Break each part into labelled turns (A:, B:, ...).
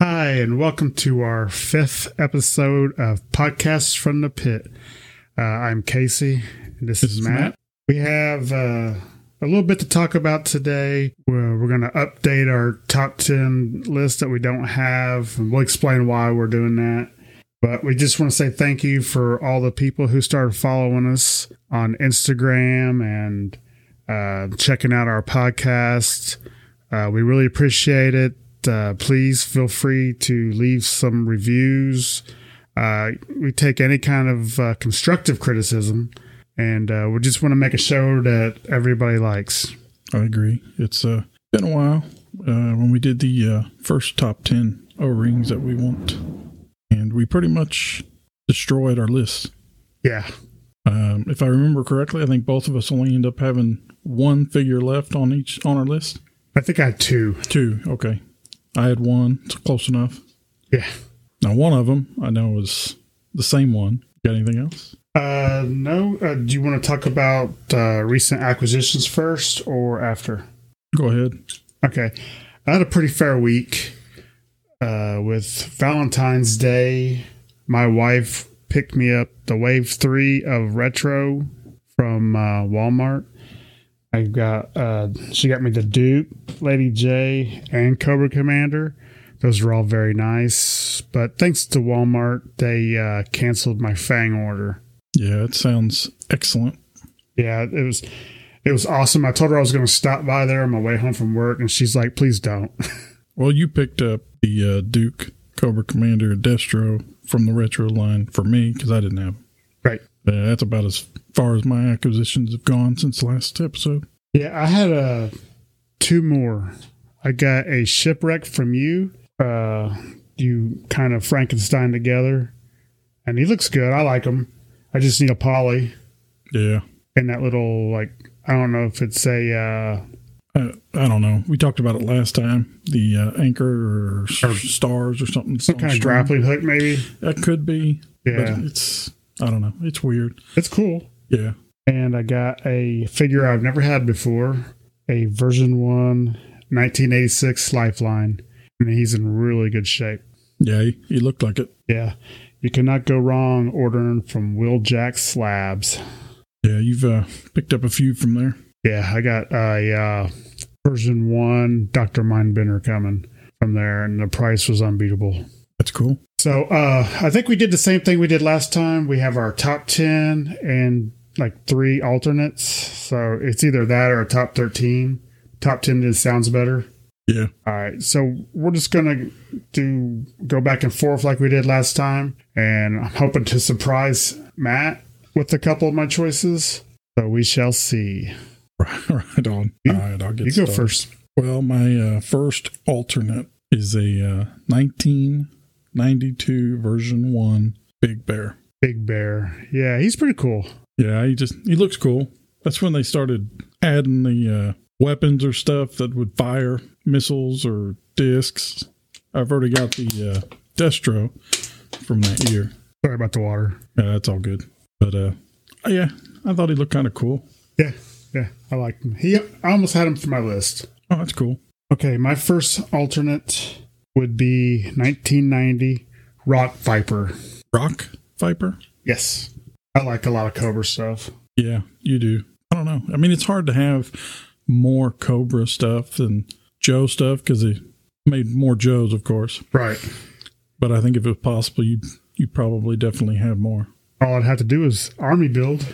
A: and welcome to our fifth episode of Podcasts from the Pit. Uh, I'm Casey, and this, is Matt. We have uh, a little bit to talk about today. We're, we're going to update our top 10 list that we don't have, and we'll explain why we're doing that. But we just want to say thank you for all the people who started following us on Instagram and uh, checking out our podcast. Uh, we really appreciate it. Uh, please feel free to leave some reviews. Uh, we take any kind of uh, constructive criticism, and uh, we just want to make a show that everybody likes.
B: I agree. It's uh, been a while uh, when we did the uh, first top 10 O rings that we want, and we pretty much destroyed our list.
A: Yeah,
B: Um, if I remember correctly, I think both of us only end up having one figure left on each on our list.
A: I think I had two.
B: Two, okay. I had one. It's close enough.
A: Yeah.
B: Now one of them I know was the same one. Got anything else?
A: Uh, no. Uh, do you want to talk about uh, recent acquisitions first or after?
B: Go ahead.
A: Okay. I had a pretty fair week uh, with Valentine's Day. My wife picked me up the Wave 3 of Retro from uh, Walmart. I got, uh, she got me the Duke, Lady J, and Cobra Commander. Those were all very nice. But thanks to Walmart, they uh, canceled my Fang order.
B: Yeah, it sounds excellent.
A: Yeah, it was. It was awesome. I told her I was going to stop by there on my way home from work, and she's like, "Please don't."
B: Well, you picked up the uh, Duke Cobra Commander Destro from the retro line for me because I didn't have. 'em.
A: Right.
B: Uh, that's about as far as my acquisitions have gone since last episode.
A: Yeah, I had uh, two more. I got a shipwreck from you. Uh, you kind of Frankenstein together, and he looks good. I like him. I just need a poly
B: Yeah.
A: and that little like I don't know if it's a uh,
B: I, I don't know. We talked about it last time. The uh, anchor or, s-
A: Or-
B: stars or something.
A: some kind of
B: strong.
A: grappling hook maybe.
B: That could be.
A: Yeah,
B: But it's. I don't know. It's weird.
A: it's cool.
B: Yeah.
A: And I got a figure I've never had before, a version one 1986 Lifeline, and he's in really good shape.
B: Yeah. He, he looked like it.
A: Yeah. You cannot go wrong ordering from Will Jack Slabs.
B: Yeah. You've uh, picked up a few from there.
A: Yeah, I got a uh, version one Dr. Mindbender coming from there, and the price was unbeatable.
B: That's cool.
A: So uh, I think we did the same thing we did last time. We have our top 10 and like three alternates. So it's either that or a top 13. Top 10 just sounds better.
B: Yeah.
A: All right, so we're just gonna do go back and forth like we did last time, and I'm hoping to surprise Matt with a couple of my choices. So we shall see.
B: right on.
A: You-
B: All right. I'll get
A: you go
B: started.
A: first.
B: Well, my uh, first alternate is a uh, 1992 version one Big Bear.
A: Big Bear. Yeah, he's pretty cool.
B: Yeah, he just he looks cool. That's when they started adding the uh, weapons or stuff that would fire missiles or discs. I've already got the uh, Destro from that year.
A: Sorry about the water.
B: Yeah, that's all good. But uh, yeah, I thought he looked kind of cool.
A: Yeah, yeah, I like him. He I almost had him for my list.
B: Oh, that's cool.
A: Okay, my first alternate would be 1990 Rock Viper.
B: Rock Viper.
A: Yes, I like a lot of Cobra stuff.
B: Yeah, you do. I don't know. I mean, it's hard to have more Cobra stuff than Joe stuff because they made more Joes, of course.
A: Right.
B: But I think if it was possible, you you probably definitely have more.
A: All I'd have to do is army build.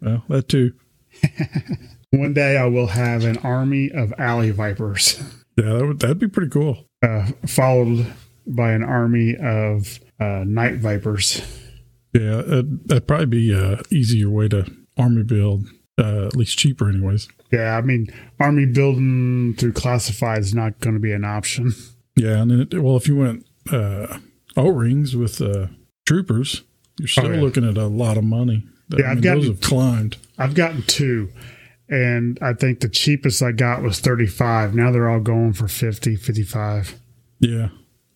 B: Well, that too.
A: One day I will have an army of alley vipers,
B: Yeah, that would that'd be pretty cool.
A: uh, followed by an army of uh, night vipers.
B: Yeah, that'd, that'd probably be a easier way to army build, uh, at least cheaper, anyways.
A: Yeah, I mean, army building through classified is not going to be an option.
B: Yeah, and then it, well, if you went uh, O rings with uh, troopers, you're still
A: Oh, yeah.
B: looking at a lot of money.
A: Yeah, I've gotten-
B: those have climbed.
A: I've gotten two, and I think the cheapest I got was 35. Now they're all going for 50, 55.
B: Yeah.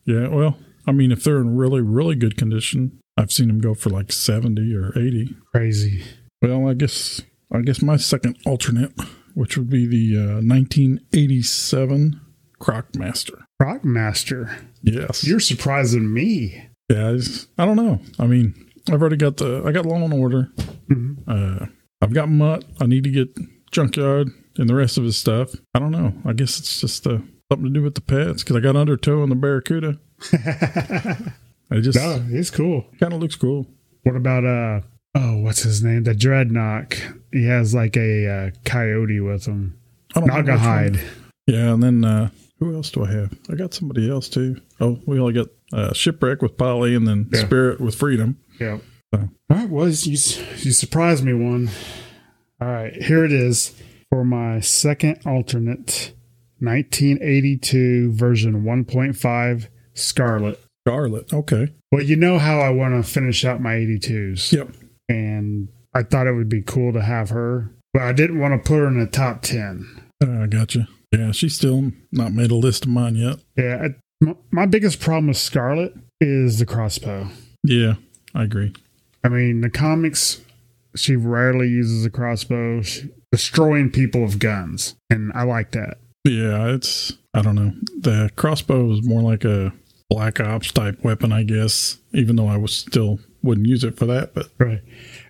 B: Yeah. Well, I mean, if they're in really, really good condition, I've seen them go for like 70 or 80.
A: Crazy.
B: Well, I guess, I guess my second alternate, which would be the uh, 1987 Crockmaster.
A: Rockmaster.
B: Yes.
A: You're surprising me.
B: yeah. I, just- I don't know. I mean, I've already got the. I got Law and Order.
A: Mhm.
B: Uh, I've got Mutt. I need to get Junkyard and the rest of his stuff. I don't know. I guess it's just uh, something to do with the pets because I got Undertow and the Barracuda. It just
A: no, it's cool.
B: kind of looks cool.
A: What about uh oh, what's his name? The Dreadnought. He has like a uh, coyote with him.
B: I don't know which one-
A: Nagahide.
B: Yeah, and then uh, who else do I have? I got somebody else too. Oh, we only got uh, Shipwreck with Polly and then
A: Yeah.
B: Spirit with Freedom.
A: Yep.
B: So.
A: All right. Well, you you surprised me one. All right. Here it is for my second alternate, 1982 version 1.5 Scarlet.
B: Scarlet. Okay.
A: Well, you know how I want to finish out my 82s.
B: Yep.
A: And I thought it would be cool to have her, but I didn't want to put her in the top 10.
B: Uh, I gotcha. Yeah, she's still not made a list of mine yet.
A: Yeah. I, my, my biggest problem with Scarlet is the crossbow.
B: Yeah, I agree.
A: I mean, the comics, she rarely uses a crossbow, she- destroying people with guns, and I like that.
B: Yeah, it's I don't know. The crossbow is more like a black ops type weapon, I guess. Even though I was still wouldn't use it for that, but
A: Right.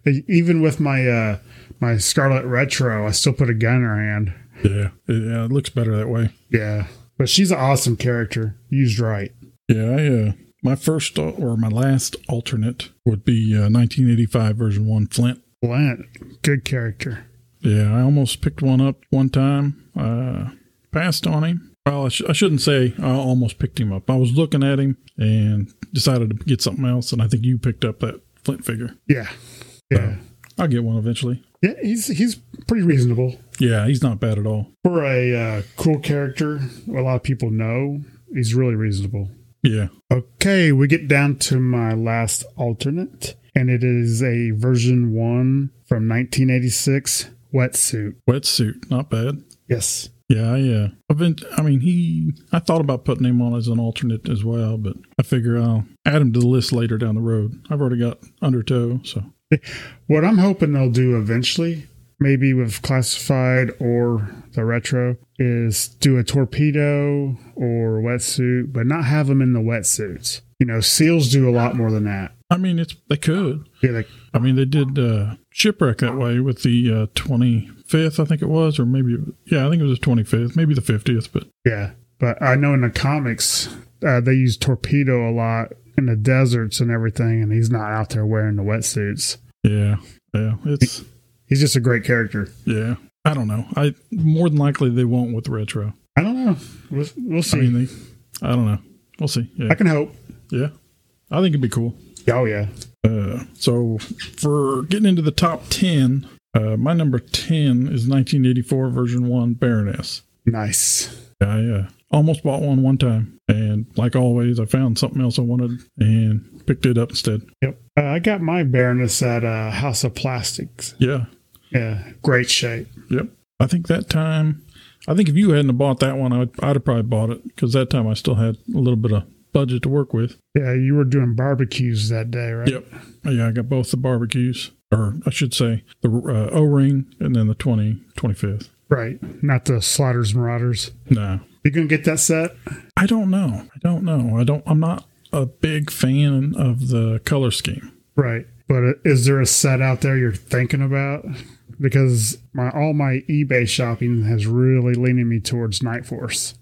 A: E, Even with my uh, my Scarlet Retro, I still put a gun in her hand.
B: yeah, it, yeah, it looks better that way.
A: Yeah, but she's an awesome character used right.
B: Yeah, I, uh, my first al- or my last alternate would be uh, 1985 version one Flint.
A: Blint, good character.
B: Yeah, I almost picked one up one time. Uh, passed on him. Well, I, sh- I shouldn't say I almost picked him up. I was looking at him and decided to get something else, and I think you picked up that Flint figure.
A: Yeah, yeah,
B: I'll get one eventually.
A: yeah. He's he's pretty reasonable
B: Yeah, he's not bad at all.
A: for a uh, cool character. A lot of people know he's really reasonable.
B: Yeah.
A: Okay, we get down to my last alternate, and it is a version one from 1986 wetsuit.
B: Wetsuit, not bad.
A: Yes.
B: Yeah, yeah. I've been, I mean, he, I thought about putting him on as an alternate as well, but I figure I'll add him to the list later down the road. I've already got Undertow, so.
A: What I'm hoping they'll do eventually, maybe with Classified or the Retro, is do a torpedo or wetsuit, but not have them in the wetsuits. You know, SEALs do a lot more than that.
B: I mean, it's, they could.
A: Yeah, like,
B: I mean, they did uh, Shipwreck that way with the uh, 25th, I think it was, or maybe, yeah, I think it was the 25th, maybe the 50th, but
A: yeah. But I know in the comics, uh, they use torpedo a lot in the deserts and everything, and he's not out there wearing the wetsuits.
B: yeah, yeah. It's,
A: He's just a great character.
B: yeah. I don't know. I, more than likely they won't with Retro.
A: I don't know. We'll, we'll
B: I
A: see. I,
B: mean, they, I don't know. We'll see. Yeah.
A: can hope.
B: Yeah. I think it'd be cool.
A: Oh, yeah.
B: Uh, so for getting into the top 10, uh, my number 10 is 1984 version 1 Baroness.
A: Nice.
B: I uh, almost bought one one time. And like always, I found something else I wanted and picked it up instead.
A: Yep. Uh, I got my Baroness at uh, House of Plastics.
B: Yeah.
A: Yeah, great shape.
B: Yep. I think that time, I think if you hadn't have bought that one, I'd, I'd have probably bought it because that time I still had a little bit of budget to work with.
A: Yeah, you were doing barbecues that day, right?
B: Yep. Yeah, I got both the barbecues, or I should say the uh, O ring and then the 20, 25th.
A: Right. Not the Slaughters Marauders.
B: No.
A: You gonna get that set?
B: I don't know. I don't know. I don't. I'm not a big fan of the color scheme.
A: Right. But uh, is there a set out there you're thinking about? Because my all my eBay shopping has really leaning me towards Night Force.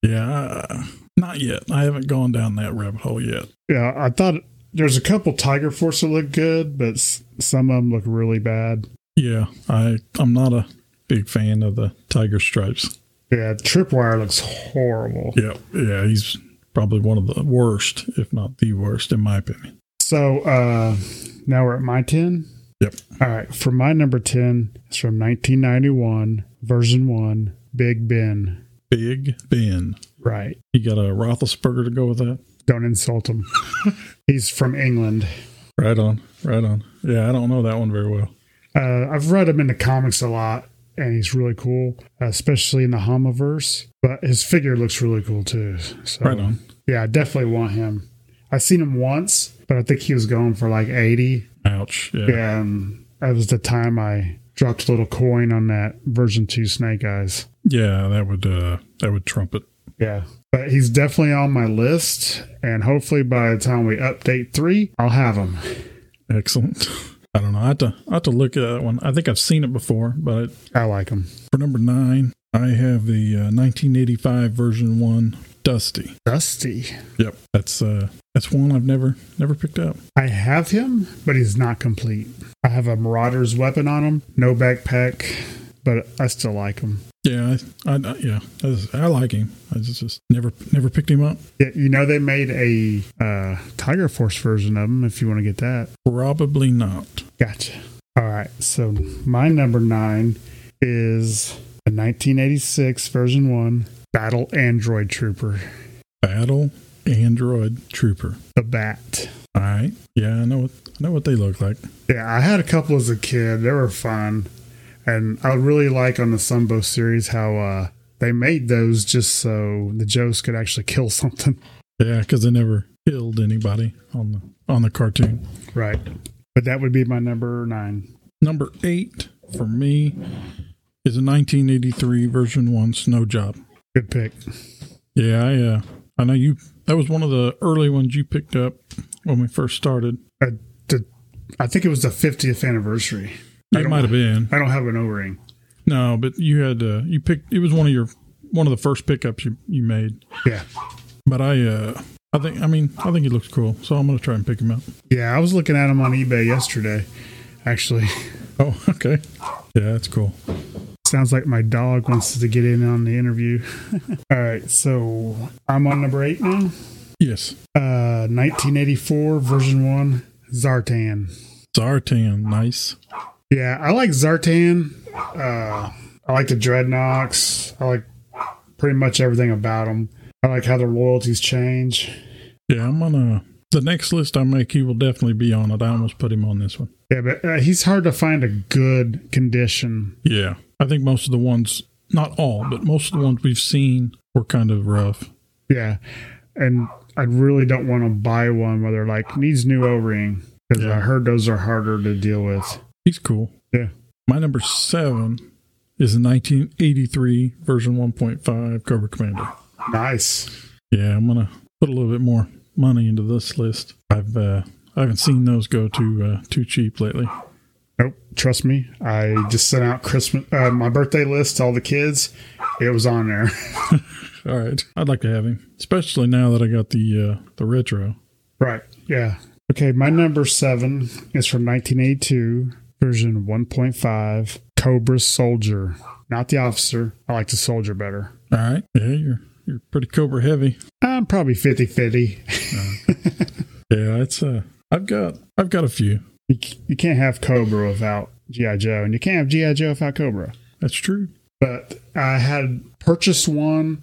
B: Yeah, uh, not yet. I haven't gone down that rabbit hole yet.
A: Yeah, I thought there's a couple Tiger Force that look good, but s- some of them look really bad.
B: Yeah, I I'm not a big fan of the tiger stripes.
A: Yeah, Tripwire looks horrible.
B: Yeah, yeah, he's probably one of the worst, if not the worst, in my opinion.
A: So uh now we're at my 10.
B: Yep.
A: All right. For my number 10, it's from 1991, version 1, Big Ben.
B: Big Ben.
A: Right.
B: You got a Roethlisberger to go with that.
A: Don't insult him. He's from England.
B: Right on, right on. Yeah, I don't know that one very well.
A: Uh, I've read him in the comics a lot, and he's really cool, especially in the Homiverse. But his figure looks really cool, too. So,
B: Right on.
A: Yeah, I definitely want him. I've seen him once, but I think he was going for like 80.
B: Ouch. Yeah.
A: Yeah, and that was the time I dropped a little coin on that version two Snake Eyes.
B: Yeah, that would uh that would trump it.
A: Yeah. But he's definitely on my list, and hopefully by the time we update three, I'll have him.
B: Excellent. I don't know. I have to I have to look at that one. I think I've seen it before, but
A: I like him.
B: for number nine, I have the uh, 1985 version one Dusty.
A: Dusty.
B: Yep, that's uh that's one I've never never picked up.
A: I have him, but he's not complete. I have a Marauder's weapon on him, no backpack, but I still like him.
B: Yeah, I, I yeah I, just- I like him. I just, just never never picked him up.
A: Yeah, you know they made a uh, Tiger Force version of him. If you want to get that,
B: Probably not.
A: gotcha. All right, so my number nine is the 1986 version one Battle Android Trooper,
B: Battle Android Trooper.
A: the Bat.
B: All right. Yeah, I know what I know what they look like.
A: Yeah, I had a couple as a kid. They were fun. And I really like on the Sunbow series how uh, they made those just so the Joes could actually kill something.
B: Yeah, because they never killed anybody on the on the cartoon.
A: Right. But that would be my number nine.
B: Number eight for me is a 1983 version one snow job.
A: Good pick.
B: Yeah, I uh, I know you. That was one of the early ones you picked up when we first started.
A: Uh, the, I think it was the 50th anniversary. I
B: It
A: don't-
B: might have been
A: I don't have an O ring.
B: no, but you had uh, you picked. It was one of your one of the first pickups you you made.
A: Yeah.
B: But I uh, I think I mean I think he looks cool, so I'm gonna try and pick him up.
A: Yeah, I was looking at them on eBay yesterday, actually.
B: Oh, okay. Yeah, that's cool.
A: Sounds like my dog wants to get in on the interview. All right, so I'm on number eight now.
B: Yes,
A: Uh, 1984 version one Zartan.
B: Zartan, nice.
A: Yeah, I like Zartan. Uh, I like the dreadnoks. I like pretty much everything about them. I like how their loyalties change.
B: Yeah, I'm gonna. The next list I make, he will definitely be on it. I almost put him on this one.
A: Yeah, but uh, he's hard to find a good condition.
B: Yeah, I think most of the ones, not all, but most of the ones we've seen were kind of rough.
A: Yeah, and I really don't want to buy one where they're like needs new O ring because
B: Yeah.
A: I heard those are harder to deal with.
B: He's cool.
A: Yeah.
B: My number seven is the 1983 version 1.5 Cobra Commander.
A: Nice.
B: Yeah, I'm gonna put a little bit more money into this list. I've uh, I haven't seen those go too uh, too cheap lately.
A: Nope. Trust me. I just sent out Christmas uh, my birthday list to all the kids. It was on there.
B: All right, I'd like to have him, especially now that I got the uh, the retro.
A: Right. Yeah. Okay. My number seven is from 1982, version 1.5, Cobra Soldier. Not the officer. I like the soldier better.
B: All right, yeah, you're you're pretty Cobra heavy.
A: I'm probably 50 50.
B: Yeah, it's uh, I've got I've got a few.
A: You, c- you can't have Cobra without G.I. Joe, and you can't have G.I. Joe without Cobra.
B: That's true.
A: But I had purchased one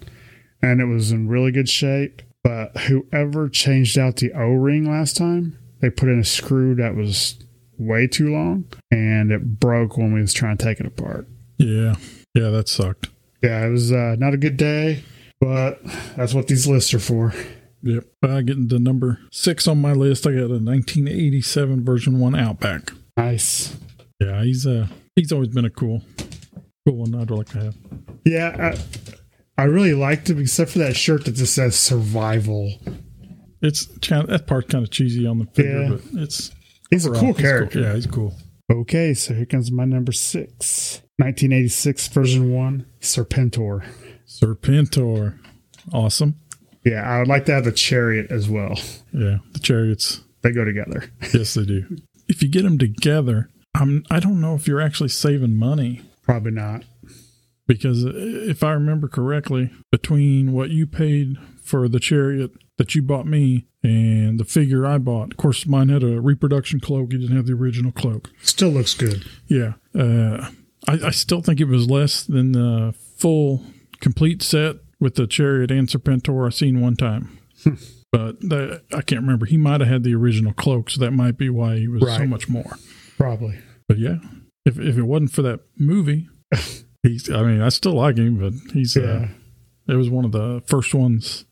A: and it was in really good shape. But whoever changed out the O ring last time, they put in a screw that was way too long and it broke when we was trying to take it apart.
B: Yeah, yeah, that sucked.
A: yeah, it was uh, not a good day, but that's what these lists are for.
B: Yep. Uh, getting to number six on my list, I got a 1987 version one Outback.
A: Nice.
B: Yeah, he's uh, he's always been a cool, cool one I'd like to have.
A: Yeah, I, I really liked him except for that shirt that just says survival.
B: It's cha- that part's kind of cheesy on the figure,
A: Yeah.
B: but it's
A: He's a
B: overall,
A: cool
B: he's
A: character.
B: Yeah, he's cool.
A: Okay, so here comes my number six. 1986 version one, Serpentor.
B: Serpentor, awesome.
A: Yeah, I would like to have the chariot as well.
B: Yeah, the chariots.
A: They go together.
B: Yes, they do. If you get them together, I'm I don't know if you're actually saving money
A: Probably not.
B: because i- if I remember correctly, between what you paid for the chariot that you bought me and the figure I bought, of course, mine had a reproduction cloak. You didn't have the original cloak.
A: Still looks good.
B: Yeah, uh, I, I still think it was less than the full complete set with the chariot and Serpentor I seen one time. But that, I can't remember. He might have had the original cloak, so that might be why he was so
A: Right.
B: much more.
A: Probably.
B: But yeah, if if it wasn't for that movie, he's. I mean, I still like him, but he's. Uh,
A: Yeah.
B: it was one of the first ones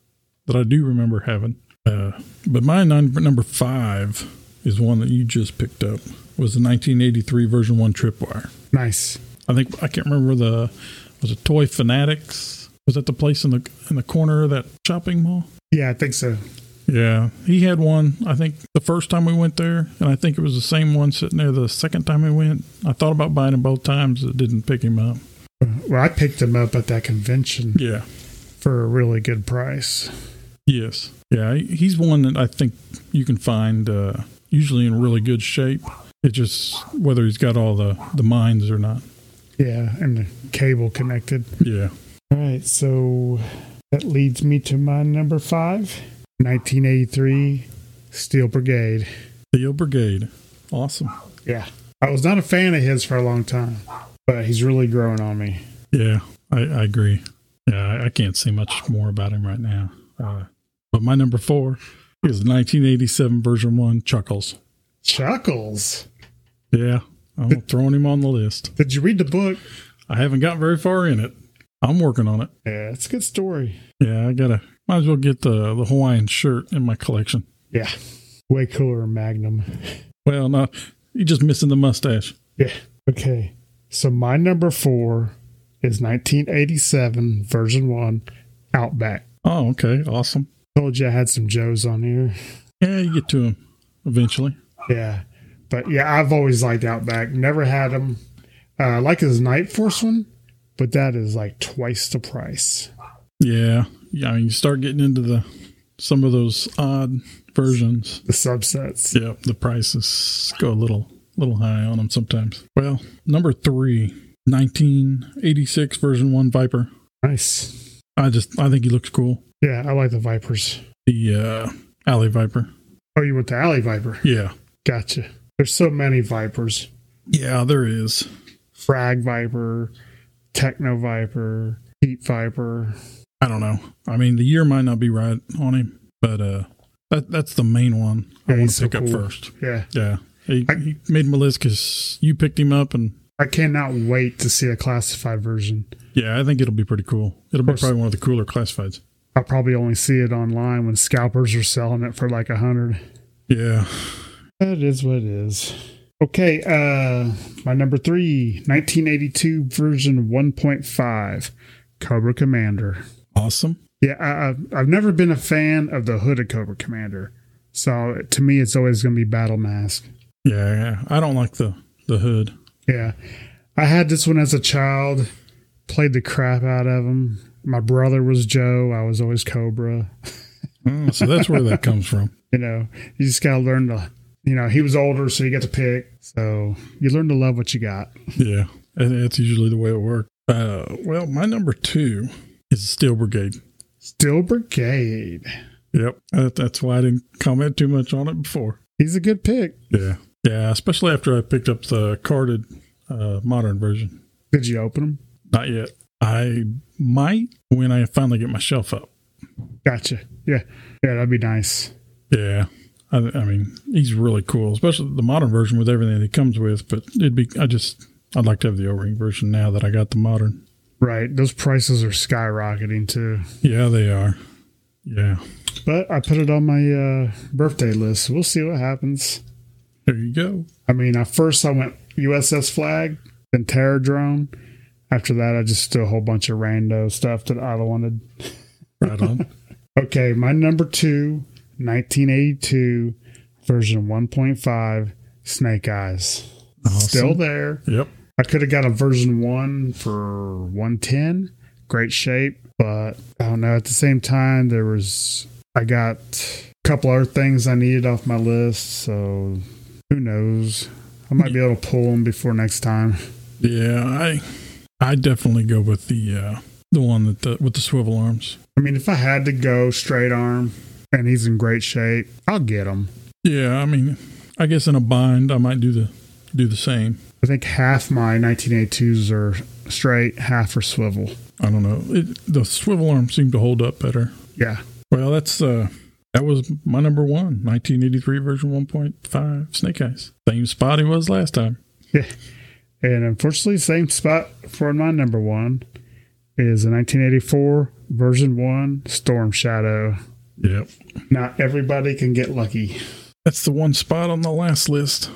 B: that I do remember having. Uh, but my nine, number five is one that you just picked up. Was the 1983 version one Tripwire?
A: Nice.
B: I think I can't remember the. Was it Toy Fanatics Was that the place in the in the corner of that shopping mall?
A: Yeah, I think so.
B: Yeah, he had one. I think the first time we went there, and I think it was the same one sitting there the second time we went. I thought about buying him both times. It didn't pick him up.
A: Well, I picked them up at that convention
B: Yeah.
A: for a really good price.
B: Yes. Yeah. he- He's one that I think you can find uh, usually in really good shape. It just whether he's got all the the mines or not.
A: Yeah, and the cable connected.
B: Yeah.
A: All right, so that leads me to my number five 1983 Steel Brigade.
B: Steel Brigade. Awesome.
A: Yeah. I was not a fan of his for a long time, but he's really growing on me.
B: Yeah, I, I agree. Yeah, I, I can't say much more about him right now. Uh, but my number four is 1987 version one Chuckles.
A: Chuckles.
B: Yeah, I'm throwing him on the list.
A: Did you read the book?
B: I haven't got very far in it. I'm working on it.
A: Yeah, it's a good story.
B: Yeah, I gotta. Might as well get the the Hawaiian shirt in my collection.
A: Yeah. Way cooler than Magnum.
B: Well, no, you're just missing the mustache.
A: Yeah. Okay. So my number four is 1987 version one Outback.
B: Oh, okay, awesome.
A: Told you I had some Joes on here.
B: Yeah, you get to him eventually.
A: Yeah. But yeah, I've always liked Outback. Never had them. Uh, I like his Night Force one, but that is like twice the price.
B: Yeah, yeah. I mean, you start getting into the some of those odd versions.
A: The subsets.
B: Yeah, the prices go a little little high on them sometimes. Well, number three, 1986 version one Viper.
A: Nice.
B: I just I think he looks cool.
A: Yeah, I like the Vipers.
B: The uh, Alley Viper.
A: Oh, you went to Alley Viper.
B: Yeah,
A: Gotcha. There's so many Vipers.
B: yeah. There is.
A: Frag Viper, Techno Viper, Heat Viper.
B: I don't know. I mean, the year might not be right on him, but uh, that that's the main one I
A: Yeah,
B: want
A: he's
B: to
A: so
B: pick up
A: cool.
B: first.
A: Yeah.
B: Yeah, he,
A: I-
B: he made my list because you picked him up, and
A: I cannot wait to see a classified version.
B: yeah, I think it'll be pretty cool. It'll be
A: course.
B: probably one of the cooler classifieds.
A: I'll probably only see it online when scalpers are selling it for like a hundred.
B: Yeah,
A: That is what it is. Okay, uh my number three, 1982 version 1.5, Cobra Commander.
B: awesome.
A: Yeah, I, I've, I've never been a fan of the hooded Cobra Commander. So to me, it's always going to be Battle Mask.
B: Yeah, yeah. I don't like the the hood.
A: Yeah. I had this one as a child, played the crap out of him. My brother was Joe. I was always Cobra. Hmm.
B: Mm, so that's where that comes from.
A: You know, you just got to learn to, you know, he was older, so you got to pick. So you learn to love what you got.
B: Yeah, and that's usually the way it works. Uh, well, my number two is Steel Brigade.
A: Steel Brigade.
B: Yep, that, that's why I didn't comment too much on it before.
A: He's a good pick.
B: Yeah, yeah, especially after I picked up the carded uh, modern version.
A: Did you open him?
B: Not yet. I might when I finally get my shelf up.
A: Gotcha. Yeah. Yeah, that'd be nice.
B: Yeah, I, I mean he's really cool, especially the modern version with everything that he comes with. But it'd be I just I'd like to have the O ring version now that I got the modern.
A: Right. Those prices are skyrocketing too.
B: Yeah, they are. Yeah,
A: But I put it on my uh, birthday list. We'll see what happens.
B: there you go.
A: I mean, at first I went USS flag, then terror drone. After that, I just did a whole bunch of rando stuff that I wanted.
B: Right on.
A: Okay, my number two, 1982, version 1.5, Snake Eyes. Still
B: Awesome.
A: there.
B: Yep.
A: I could have got a version one for 110. Great shape. But I don't know. At the same time, there was, I got a couple other things I needed off my list. So who knows? I might be able to pull them before next time.
B: Yeah, I I definitely go with the uh the one that the, with the swivel arms.
A: I mean, if I had to go straight arm and he's in great shape, I'll get him.
B: Yeah, I mean, I guess in a bind I might do the do the same.
A: I think half my 1982s are straight, half are swivel.
B: I don't know. It, the swivel arm seemed to hold up better.
A: Yeah.
B: Well, that's uh that was my number one, 1983 version 1.5 Snake Eyes. Same spot he was last time.
A: And unfortunately, same spot for my number one is a 1984 version one Storm Shadow.
B: Yep.
A: Not everybody can get lucky.
B: That's the one spot on the last list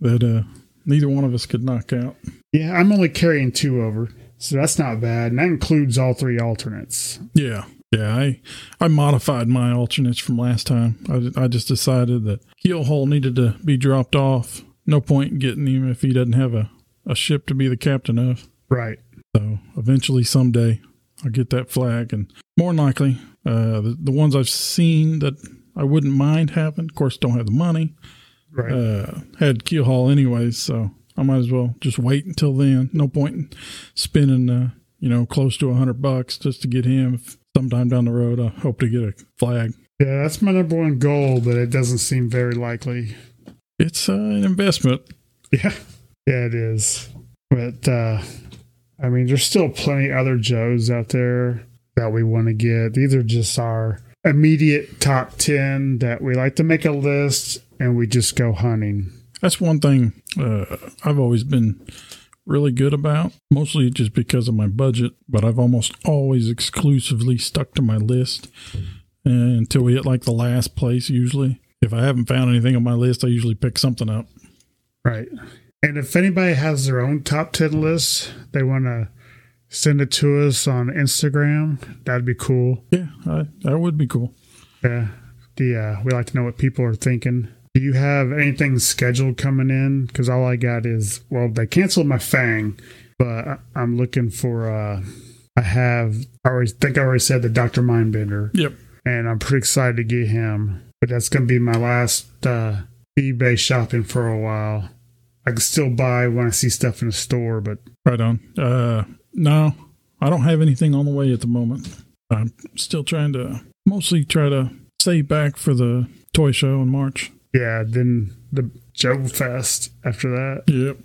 B: that uh neither one of us could knock out.
A: Yeah, I'm only carrying two over. So that's not bad. And that includes all three alternates.
B: Yeah. Yeah, I, I modified my alternates from last time. I, I just decided that Keelhole needed to be dropped off. No point in getting him if he doesn't have a, a ship to be the captain of.
A: Right.
B: So eventually, someday, I'll get that flag. And more than likely, uh, the, the ones I've seen that I wouldn't mind having, of course, don't have the money,
A: Right.
B: uh, had Keelhaul anyways. So I might as well just wait until then. No point in spending, uh, you know, close to a hundred bucks just to get him. If sometime down the road, I hope to get a flag.
A: yeah, that's my number one goal, but it doesn't seem very likely.
B: It's uh, an investment.
A: Yeah. Yeah, it is. But uh I mean there's still plenty other Joes out there that we want to get. These are just our immediate top ten that we like to make a list and we just go hunting.
B: That's one thing uh, I've always been really good about, mostly just because of my budget, but I've almost always exclusively stuck to my list uh, until we hit like the last place, usually. If I haven't found anything on my list, I usually pick something up.
A: Right. And if anybody has their own top ten list, they wanna send it to us on Instagram, that'd be cool.
B: Yeah, I, that would be cool.
A: Yeah. The uh, we like to know what people are thinking. Do you have anything scheduled coming in? Because all I got is well, they canceled my Fang, but I, I'm looking for. uh I have. I already think I already said the Doctor Mindbender,
B: Yep.
A: and I'm pretty excited to get him. But that's gonna be my last uh eBay shopping for a while. I can still buy when I see stuff in the store, but
B: Right on. Uh, no, I don't have anything on the way at the moment. I'm still trying to mostly try to save back for the toy show in March.
A: yeah, then the Joe Fest after that.
B: Yep.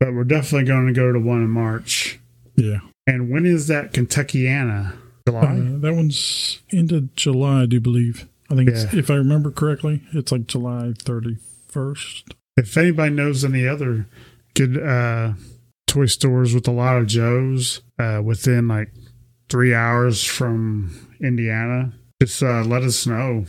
A: But we're definitely going to go to one in March.
B: Yeah.
A: And when is that Kentuckiana? July?
B: Uh, that one's into July, I do believe. I think, it's,
A: Yeah.
B: if I remember correctly, it's like July 31st.
A: if anybody knows any other good uh, toy stores with a lot of Joes uh, within like three hours from Indiana, just uh, let us know.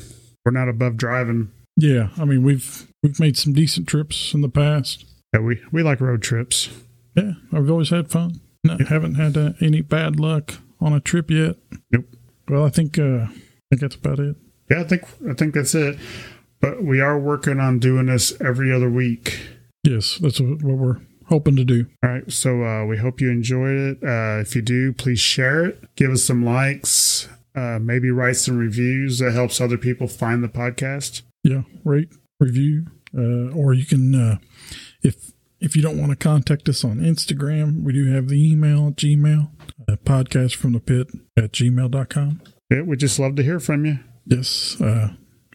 A: We're not above driving.
B: Yeah, I mean we've we've made some decent trips in the past.
A: Yeah, we, we like road trips.
B: Yeah, I've always had fun. No, Haven't had uh, any bad luck on a trip yet.
A: Nope.
B: Well, I think uh, I think that's about it.
A: Yeah, I think I think that's it. But we are working on doing this every other week.
B: Yes, that's what we're hoping to do.
A: All right, so uh, we hope you enjoyed it. Uh, if you do, please share it, give us some likes, uh, maybe write some reviews. That helps other people find the podcast.
B: Yeah, rate, review, uh, or you can uh, if if you don't want to contact us on Instagram, we do have the email, Gmail, uh, podcast from the pit at gmail.com.
A: Yeah, we just love to hear from you.
B: Yes, uh,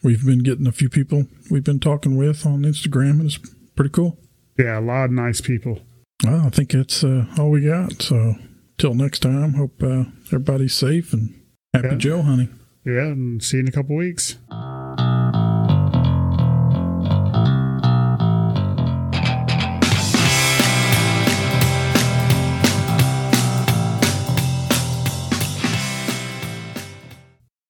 B: we've been getting a few people we've been talking with on Instagram, and it's pretty cool.
A: Yeah, a lot of nice people.
B: Well, I think that's uh, all we got. So till next time, hope uh, everybody's safe and happy
A: Yeah.
B: Joe hunting.
A: Yeah, and see you in a couple weeks.